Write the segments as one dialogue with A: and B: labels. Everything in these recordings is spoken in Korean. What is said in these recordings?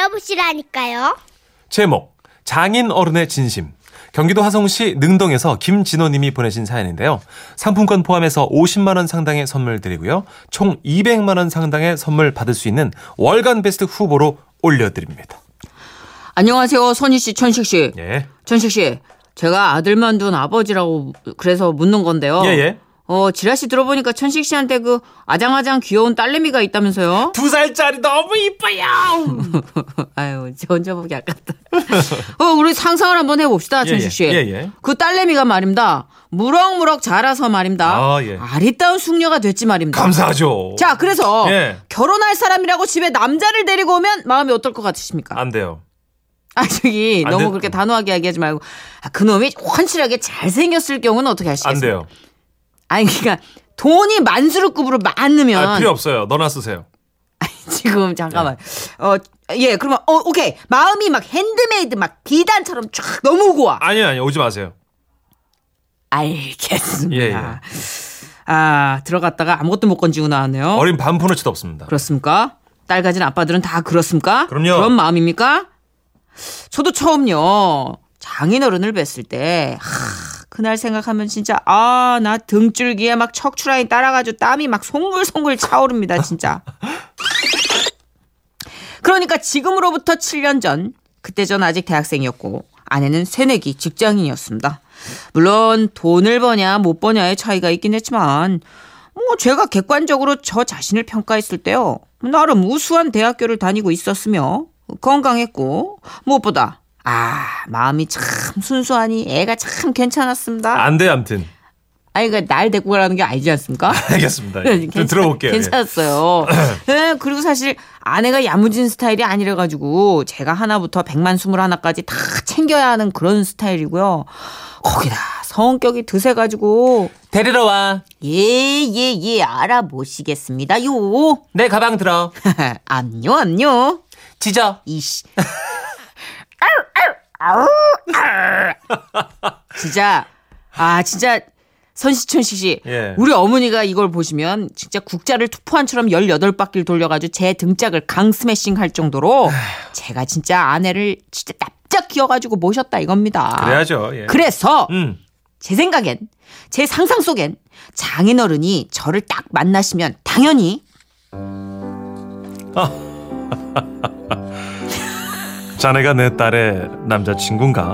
A: 만나보시라니까요.
B: 제목 장인 어른의 진심 경기도 화성시 능동에서 김진호님이 보내신 사연인데요. 상품권 포함해서 50만 원 상당의 선물 드리고요. 총 200만 원 상당의 선물 받을 수 있는 월간 베스트 후보로 올려드립니다.
C: 안녕하세요, 선희 씨, 천식 씨.
B: 예.
C: 천식 씨, 제가 아들만 둔 아버지라고 그래서 묻는 건데요.
B: 예, 예.
C: 어, 지라 씨 들어보니까 천식 씨한테 그 아장아장 귀여운 딸내미가 있다면서요?
B: 두 살짜리 너무 이뻐요.
C: 아유, 저 혼자 보기 아깝다. 어, 우리 상상을 한번 해봅시다,
B: 예,
C: 천식 씨.
B: 예, 예.
C: 그 딸내미가 말입니다. 무럭무럭 자라서 말입니다.
B: 아, 예.
C: 리따운 숙녀가 됐지 말입니다.
B: 감사하죠.
C: 자, 그래서
B: 예.
C: 결혼할 사람이라고 집에 남자를 데리고 오면 마음이 어떨 것 같으십니까?
B: 안 돼요.
C: 아 저기
B: 안
C: 너무
B: 돼-
C: 그렇게 단호하게 얘기하지 말고 아, 그놈이 환칠하게 잘생겼을 경우는 어떻게 하시겠어요?
B: 안 돼요.
C: 아니 그러니까 돈이 만수르급으로 많으면
B: 아, 필요 없어요. 너나 쓰세요.
C: 지금 잠깐만
B: 네.
C: 어 예 그러면 어 오케이 마음이 막 핸드메이드 막 비단처럼 쫙 넘어오고 와
B: 아니요, 아니요. 오지 마세요.
C: 알겠습니다.
B: 예, 예.
C: 아 들어갔다가 아무것도 못 건지고 나왔네요.
B: 어린 반푼어치도 없습니다.
C: 그렇습니까? 딸 가진 아빠들은 다 그렇습니까?
B: 그럼요.
C: 런 마음입니까? 저도 처음요. 장인어른을 뵀을 때, 하, 그날 생각하면 진짜, 아, 나 등줄기에 막 척추라인 따라가지고 땀이 막 송글송글 차오릅니다, 진짜. 그러니까 지금으로부터 7년 전, 그때 전 아직 대학생이었고, 아내는 새내기 직장인이었습니다. 물론 돈을 버냐 못 버냐의 차이가 있긴 했지만, 뭐 제가 객관적으로 저 자신을 평가했을 때요. 나름 우수한 대학교를 다니고 있었으며 건강했고 무엇보다 아 마음이 참 순수하니 애가 참 괜찮았습니다.
B: 안 돼요, 암튼.
C: 아 이거 날 데리고 가라는 게 아니지 않습니까?
B: 알겠습니다. 예. 좀
C: 네, 괜찮-
B: 들어볼게요. 예.
C: 괜찮았어요. 예, 그리고 사실 아내가 야무진 스타일이 아니래가지고 제가 하나부터 백만 스물 하나까지 다 챙겨야 하는 그런 스타일이고요. 거기다 성격이 드세가지고
B: 데리러 와.
C: 예예예 알아보시겠습니다요.
B: 내 가방 들어.
C: 안녕 안녕.
B: 찢어.
C: 이씨. 진짜 아 진짜 선시천식 씨.
B: 예.
C: 우리 어머니가 이걸 보시면 진짜 국자를 투포한처럼 18바퀴를 돌려가지고 제 등짝을 강 스매싱 할 정도로 제가 진짜 아내를 진짜 납작 기어가지고 모셨다 이겁니다.
B: 그래야죠. 예.
C: 그래서
B: 음.
C: 제 생각엔 제 상상 속엔 장인어른이 저를 딱 만나시면 당연히
B: 자네가 내 딸의 남자친구인가?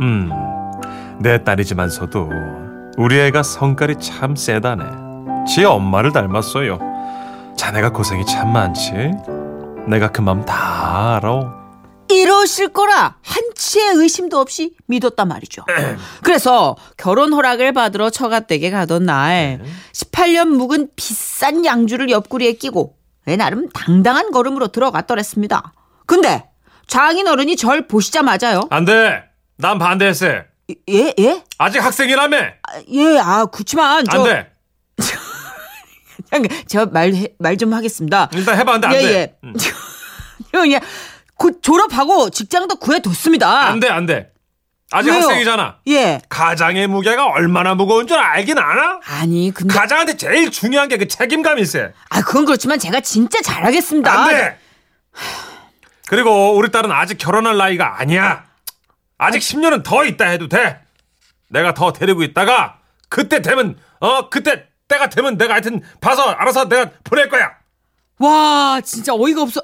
B: 음, 내 딸이지만서도 우리 애가 성깔이 참 세다네. 지 엄마를 닮았어요. 자네가 고생이 참 많지. 내가 그 마음 다 알아.
C: 이러실 거라 한치의 의심도 없이 믿었단 말이죠. 그래서 결혼 허락을 받으러 처갓댁에 가던 날
B: 네.
C: 18년 묵은 비싼 양주를 옆구리에 끼고 내 나름 당당한 걸음으로 들어갔더랬습니다. 근데 장인어른이 절 보시자마자요.
B: 안 돼. 난 반대했어.
C: 예? 예?
B: 아직 학생이라며.
C: 아, 예, 아, 그치만
B: 안
C: 저,
B: 돼.
C: 저말말 좀 하겠습니다.
B: 일단 해봐. 안 돼. 음. 안
C: 예,
B: 돼.
C: 예. 예, 예. 곧 졸업하고 직장도 구해뒀습니다.
B: 안 돼. 안 돼. 아직
C: 아. 왜요?
B: 학생이잖아.
C: 예.
B: 가장의 무게가 얼마나 무거운 줄 알긴 알아?
C: 아니, 근데.
B: 가장한테 제일 중요한 게 그 책임감일세.
C: 아 그건 그렇지만 제가 진짜 잘하겠습니다.
B: 안 돼. 그리고 우리 딸은 아직 결혼할 나이가 아니야. 아직 10년은 더 있다 해도 돼. 내가 더 데리고 있다가 그때 되면 어 그때 때가 되면 내가 하여튼 봐서 알아서 내가 보낼 거야.
C: 와 진짜 어이가 없어.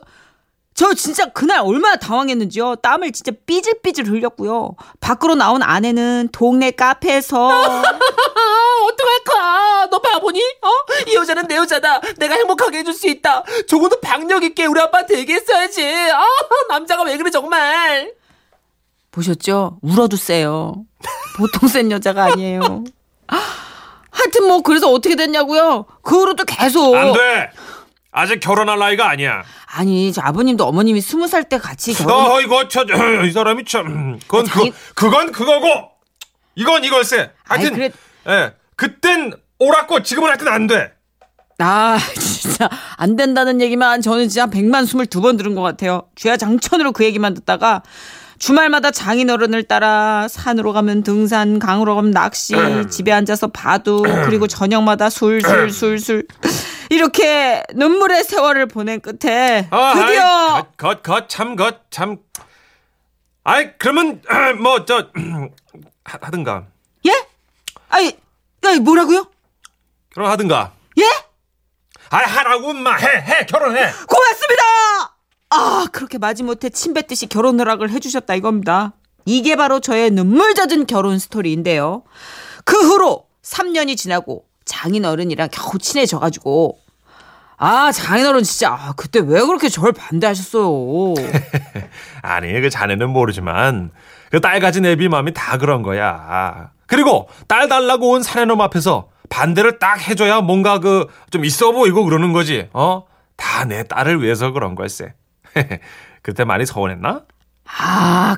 C: 저 진짜 그날 얼마나 당황했는지요. 땀을 진짜 삐질삐질 흘렸고요. 밖으로 나온 아내는 동네 카페에서
D: 어떡할 거야? 너 바보니? 어? 이 여자는 내 여자다. 내가 행복하게 해줄 수 있다. 조금도 박력 있게 우리 아빠한테 얘기했어야지. 아, 남자가 왜 그래 정말.
C: 보셨죠? 울어도 세요. 보통 센 여자가 아니에요. 하여튼 뭐 그래서 어떻게 됐냐고요. 그 후로도 계속
B: 안 돼. 아직 결혼할 나이가 아니야.
C: 아니 저 아버님도 어머님이 스무 살 때 같이 결혼
B: 너 이거 저이 사람이 참 그건
C: 뭐? 아, 자기-
B: 그, 그건 그거고 이건 이걸세. 하여튼
C: 아이, 그래-
B: 예 그땐 옳았고 지금은 하여튼 안 돼.
C: 아 진짜 안 된다는 얘기만 저는 진짜 한 100만 22번 들은 것 같아요. 주야 장천으로 그 얘기만 듣다가 주말마다 장인어른을 따라 산으로 가면 등산, 강으로 가면 낚시, 집에 앉아서 바둑, 그리고 저녁마다 술술술술 이렇게 눈물의 세월을 보낸 끝에
B: 아,
C: 드디어
B: 겉겉참겉참 아이 그러면 뭐 저 하든가
C: 예? 아니, 아니 뭐라고요?
B: 결혼하든가
C: 예?
B: 아이 하라고 엄마 해해 결혼해
C: 고맙습니다. 아 그렇게 마지못해 침뱉듯이 결혼 허락을 해주셨다 이겁니다. 이게 바로 저의 눈물 젖은 결혼 스토리인데요. 그 후로 3년이 지나고 장인어른이랑 겨우 친해져가지고 아 장인어른 진짜 아, 그때 왜 그렇게 저를 반대하셨어요?
B: 아니 그 자네는 모르지만 그 딸 가진 애비 마음이 다 그런 거야 그리고 딸 달라고 온 사내놈 앞에서 반대를 딱 해줘야 뭔가 그 좀 있어 보이고 그러는 거지 어 다 내 딸을 위해서 그런 걸세 그때 많이 서운했나
C: 아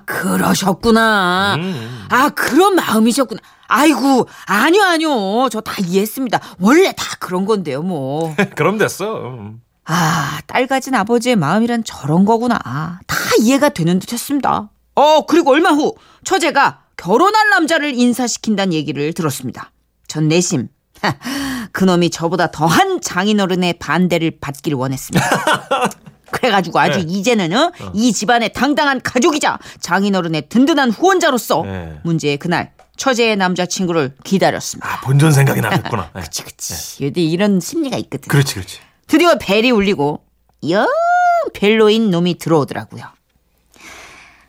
C: 그러셨구나.
B: 음.
C: 아 그런 마음이셨구나. 아이고 아니요 아니요 저 다 이해했습니다. 원래 다 그런 건데요 뭐.
B: 그럼 됐어 음.
C: 아, 딸 가진 아버지의 마음이란 저런 거구나. 다 이해가 되는 듯 했습니다. 어, 그리고 얼마 후, 처제가 결혼할 남자를 인사시킨다는 얘기를 들었습니다. 전 내심. 하, 그놈이 저보다 더한 장인어른의 반대를 받기를 원했습니다. 그래가지고
B: 네.
C: 아주 이제는 어? 이 집안의 당당한 가족이자 장인어른의 든든한 후원자로서
B: 네.
C: 문제의 그날 처제의 남자친구를 기다렸습니다.
B: 아 본전 생각이 나겠구나 예.
C: 그치 그치. 요새 이런 심리가 있거든.
B: 그렇지 그렇지
C: 드디어 벨이 울리고 영 벨로인 놈이 들어오더라고요.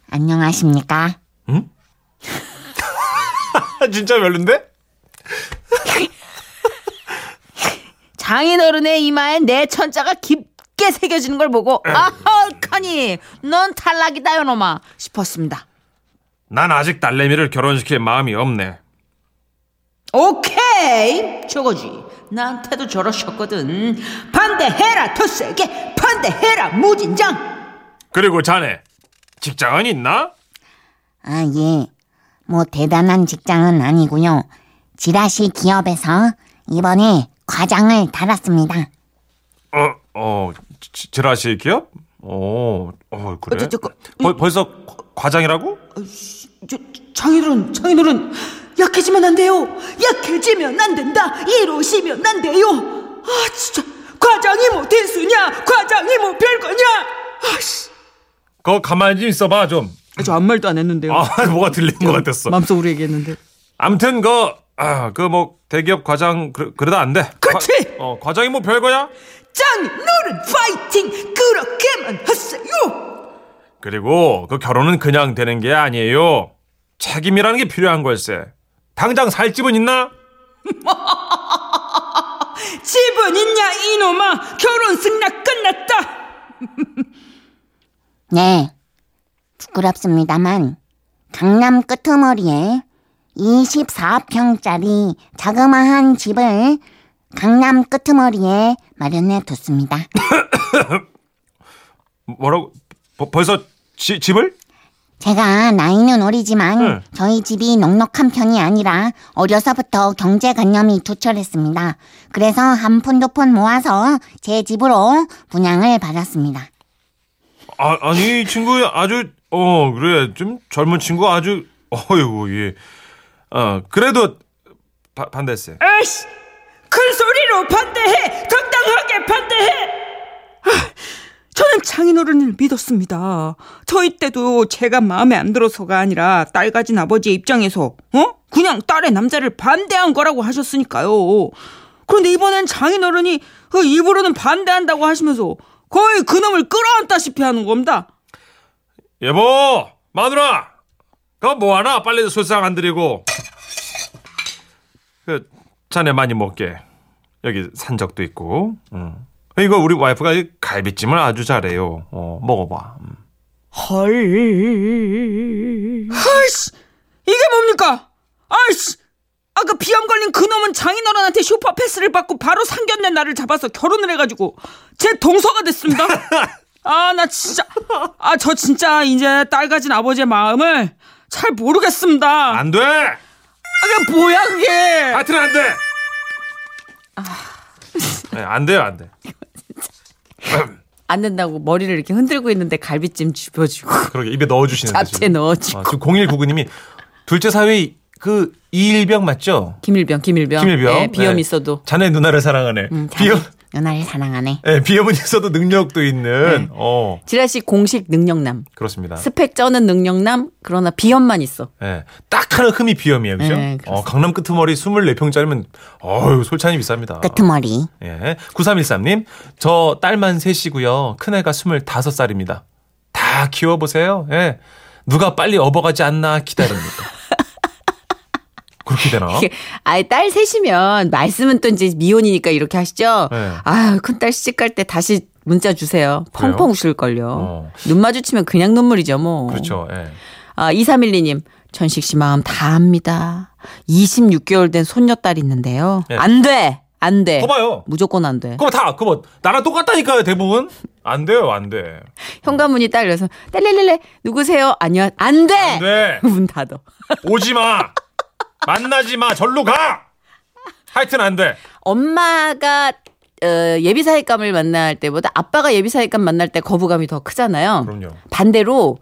C: 안녕하십니까?
B: 아, 진짜 별론데
C: 장인어른의 이마에 내 천자가 깊게 새겨지는 걸 보고 아, 헐카니 넌 탈락이다 요놈아 싶었습니다.
B: 난 아직 딸내미를 결혼시킬 마음이 없네
C: 오케이 저거지 나한테도 저러셨거든 반대해라 더 세게 반대해라 무진장
B: 그리고 자네 직장은 있나?
A: 아, 예. 뭐 대단한 직장은 아니고요. 지라시 기업에서 이번에 과장을 달았습니다.
B: 어, 어, 지- 지라시 기업? 어, 어, 그래.
C: 어, 저, 저,
B: 벌, 벌써 과- 과장이라고?
C: 저, 장인어른 장인어른 약해지면 안 돼요 약해지면 안 된다 이러시면 안 돼요 아 진짜 과장이 뭐 대수냐 과장이 뭐 별거냐 아씨
B: 그거 가만히 좀 있어봐, 좀.
C: 저 아무 말도 안 했는데요
B: 아, 뭐가 들린 것 같았어.
C: 마음속으로 얘기했는데
B: 암튼, 그, 아, 그, 뭐, 대기업 과장, 그, 그러다 안 돼.
C: 그렇지!
B: 과- 어, 과장이 뭐 별거야?
C: 장인어른 파이팅 그렇게만 하세요
B: 그리고, 그 결혼은 그냥 되는 게 아니에요. 책임이라는 게 필요한 걸세. 당장 살 집은 있나?
C: 집은 있냐 이놈아 결혼 승낙 끝났다
A: 네. 부끄럽습니다만 강남 끄트머리에 24평짜리 자그마한 집을 강남 끄트머리에 마련해 뒀습니다.
B: 뭐라고? 벌- 벌써 지- 집을?
A: 제가 나이는 어리지만
B: 네.
A: 저희 집이 넉넉한 편이 아니라 어려서부터 경제관념이 투철했습니다. 그래서 한 푼 두 푼 모아서 제 집으로 분양을 받았습니다.
B: 아, 아니 이 친구 아주 어 그래 좀 젊은 친구 아주 어이구 예. 어 그래도 바- 반대했어요.
C: 아이씨 큰 소리로 반대해 당당하게 반대해 아, 저는 장인어른을 믿었습니다 저희 때도 제가 마음에 안 들어서가 아니라 딸 가진 아버지의 입장에서 어? 그냥 딸의 남자를 반대한 거라고 하셨으니까요 그런데 이번엔 장인어른이 그 입으로는 반대한다고 하시면서 거의 그놈을 끌어안다시피 하는 겁니다
B: 여보 마누라 그거 뭐하나 빨리 술상 안 드리고 그 자네 많이 먹게 여기 산적도 있고 음. 이거 우리 와이프가 이 갈비찜을 아주 잘해요. 어 먹어봐. 음.
C: 헐. 아이씨, 이게 뭡니까? 아이씨, 아까 비염 걸린 그놈은 장인어른한테 슈퍼 패스를 받고 바로 상견례 날을 잡아서 결혼을 해가지고 제 동서가 됐습니다. 아, 나 진짜, 아, 저 진짜 이제 딸 가진 아버지의 마음을 잘 모르겠습니다. 아,
B: 안 돼.
C: 그게 뭐야 그게?
B: 하여튼 안 돼. 아. 네, 안 돼요 안 돼.
C: 안 된다고 머리를 이렇게 흔들고 있는데 갈비찜 집어주고
B: 그러게 입에 넣어주시는데
C: 잡채
B: 지금.
C: 넣어주고
B: 아, 지금 0199님이 둘째 사위 그 이일병 맞죠?
C: 김일병, 김일병,
B: 김일병.
C: 예, 비염
B: 네. 음,
C: 있어도
B: 자네 누나를 사랑하네. 비염
A: 누나를 사랑하네.
B: 예, 비어보니서도 능력도 있는. 어,
C: 지라 씨 공식 능력남.
B: 그렇습니다.
C: 스펙 쩌는 능력남. 그러나 비염만 있어.
B: 예, 딱 하나 흠이 비염이에요, 그죠?
C: 네,
B: 어, 강남 끄트머리 24평짜리면 어유 솔찬이 비쌉니다.
A: 끄트머리.
B: 예, 9313님, 저 딸만 셋이고요. 큰애가 25살입니다. 다 키워보세요. 예, 누가 빨리 업어가지 않나 기다립니다. 그렇게 되나?
C: 이게 아예 딸 셋이면 말씀은 또 이제 미혼이니까 이렇게 하시죠.
B: 네.
C: 아유 큰딸 시집 갈 때 다시 문자 주세요.
B: 그래요?
C: 펑펑 우실걸요.
B: 어.
C: 눈 마주치면 그냥 눈물이죠 뭐.
B: 그렇죠. 예.
C: 아, 2312님. 천식 씨 마음 다 압니다. 26개월 된 손녀딸 있는데요.
B: 네.
C: 안 돼! 안 돼!
B: 그거 봐요.
C: 무조건 안 돼.
B: 그거 다, 그거 나랑 똑같다니까요, 대부분. 안 돼요, 안 돼.
C: 현관문이 딸려서, 딸래래래, 누구세요? 아니요, 안 돼!
B: 안 돼.
C: 문 닫어.
B: 오지 마. 만나지 마. 절로 가. 하여튼 안 돼.
C: 엄마가 어, 예비사회감을 만날 때보다 아빠가 예비사회감 만날 때 거부감이 더 크잖아요.
B: 그럼요.
C: 반대로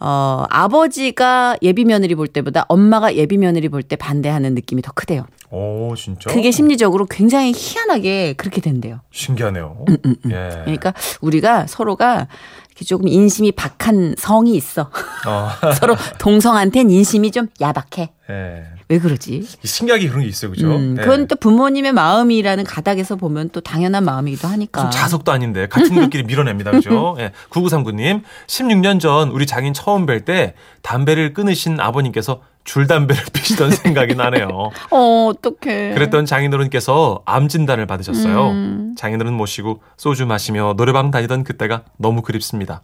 C: 어, 아버지가 예비 며느리 볼 때보다 엄마가 예비 며느리 볼 때 반대하는 느낌이 더 크대요.
B: 오, 진짜.
C: 그게 심리적으로 굉장히 희한하게 그렇게 된대요.
B: 신기하네요.
C: 음,
B: 예.
C: 그러니까 우리가 서로가 이렇게 조금 인심이 박한 성이 있어.
B: 어,
C: 서로 동성한테는 인심이 좀 야박해.
B: 예.
C: 왜 그러지?
B: 신기하게 그런 게 있어요, 그죠?
C: 음,
B: 예.
C: 그건 또 부모님의 마음이라는 가닥에서 보면 또 당연한 마음이기도 하니까.
B: 그럼 자석도 아닌데 같은 것끼리 밀어냅니다. 그죠? 예. 9939님, 16년 전 우리 장인 처음 뵐 때 담배를 끊으신 아버님께서 줄담배를 피시던 생각이 나네요.
C: 어, 어떡해.
B: 그랬던 장인어른께서 암 진단을 받으셨어요.
C: 음.
B: 장인어른 모시고 소주 마시며 노래방 다니던 그때가 너무 그립습니다.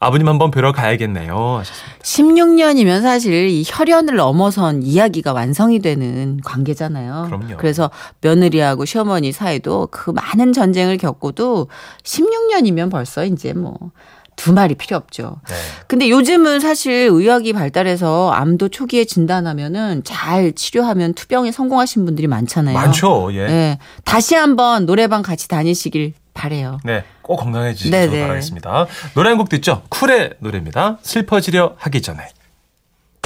B: 아버님 한번 뵈러 가야겠네요. 하셨습니다.
C: 16년이면 사실 이 혈연을 넘어선 이야기가 완성이 되는 관계잖아요.
B: 그럼요.
C: 래서 며느리하고 시어머니 사이도 그 많은 전쟁을 겪고도 16년이면 벌써 이제 뭐 두 말이 필요 없죠.
B: 네.
C: 근데 요즘은 사실 의학이 발달해서 암도 초기에 진단하면은 잘 치료하면 투병에 성공하신 분들이 많잖아요.
B: 많죠.
C: 예.
B: 예. 네.
C: 다시 한번 노래방 같이 다니시길 바래요.
B: 네. 꼭 건강해지시길
C: 네, 네.
B: 바라겠습니다. 노래 한 곡 듣죠? 쿨의 노래입니다. 슬퍼지려 하기 전에.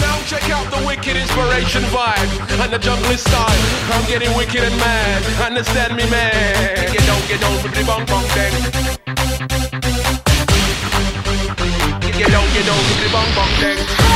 E: Now check out the wicked inspiration vibe and the jungle style. I'm getting wicked and mad. Understand me, man. Get down, get down with the bong bong thing. Get down, get down with the bong bong thing.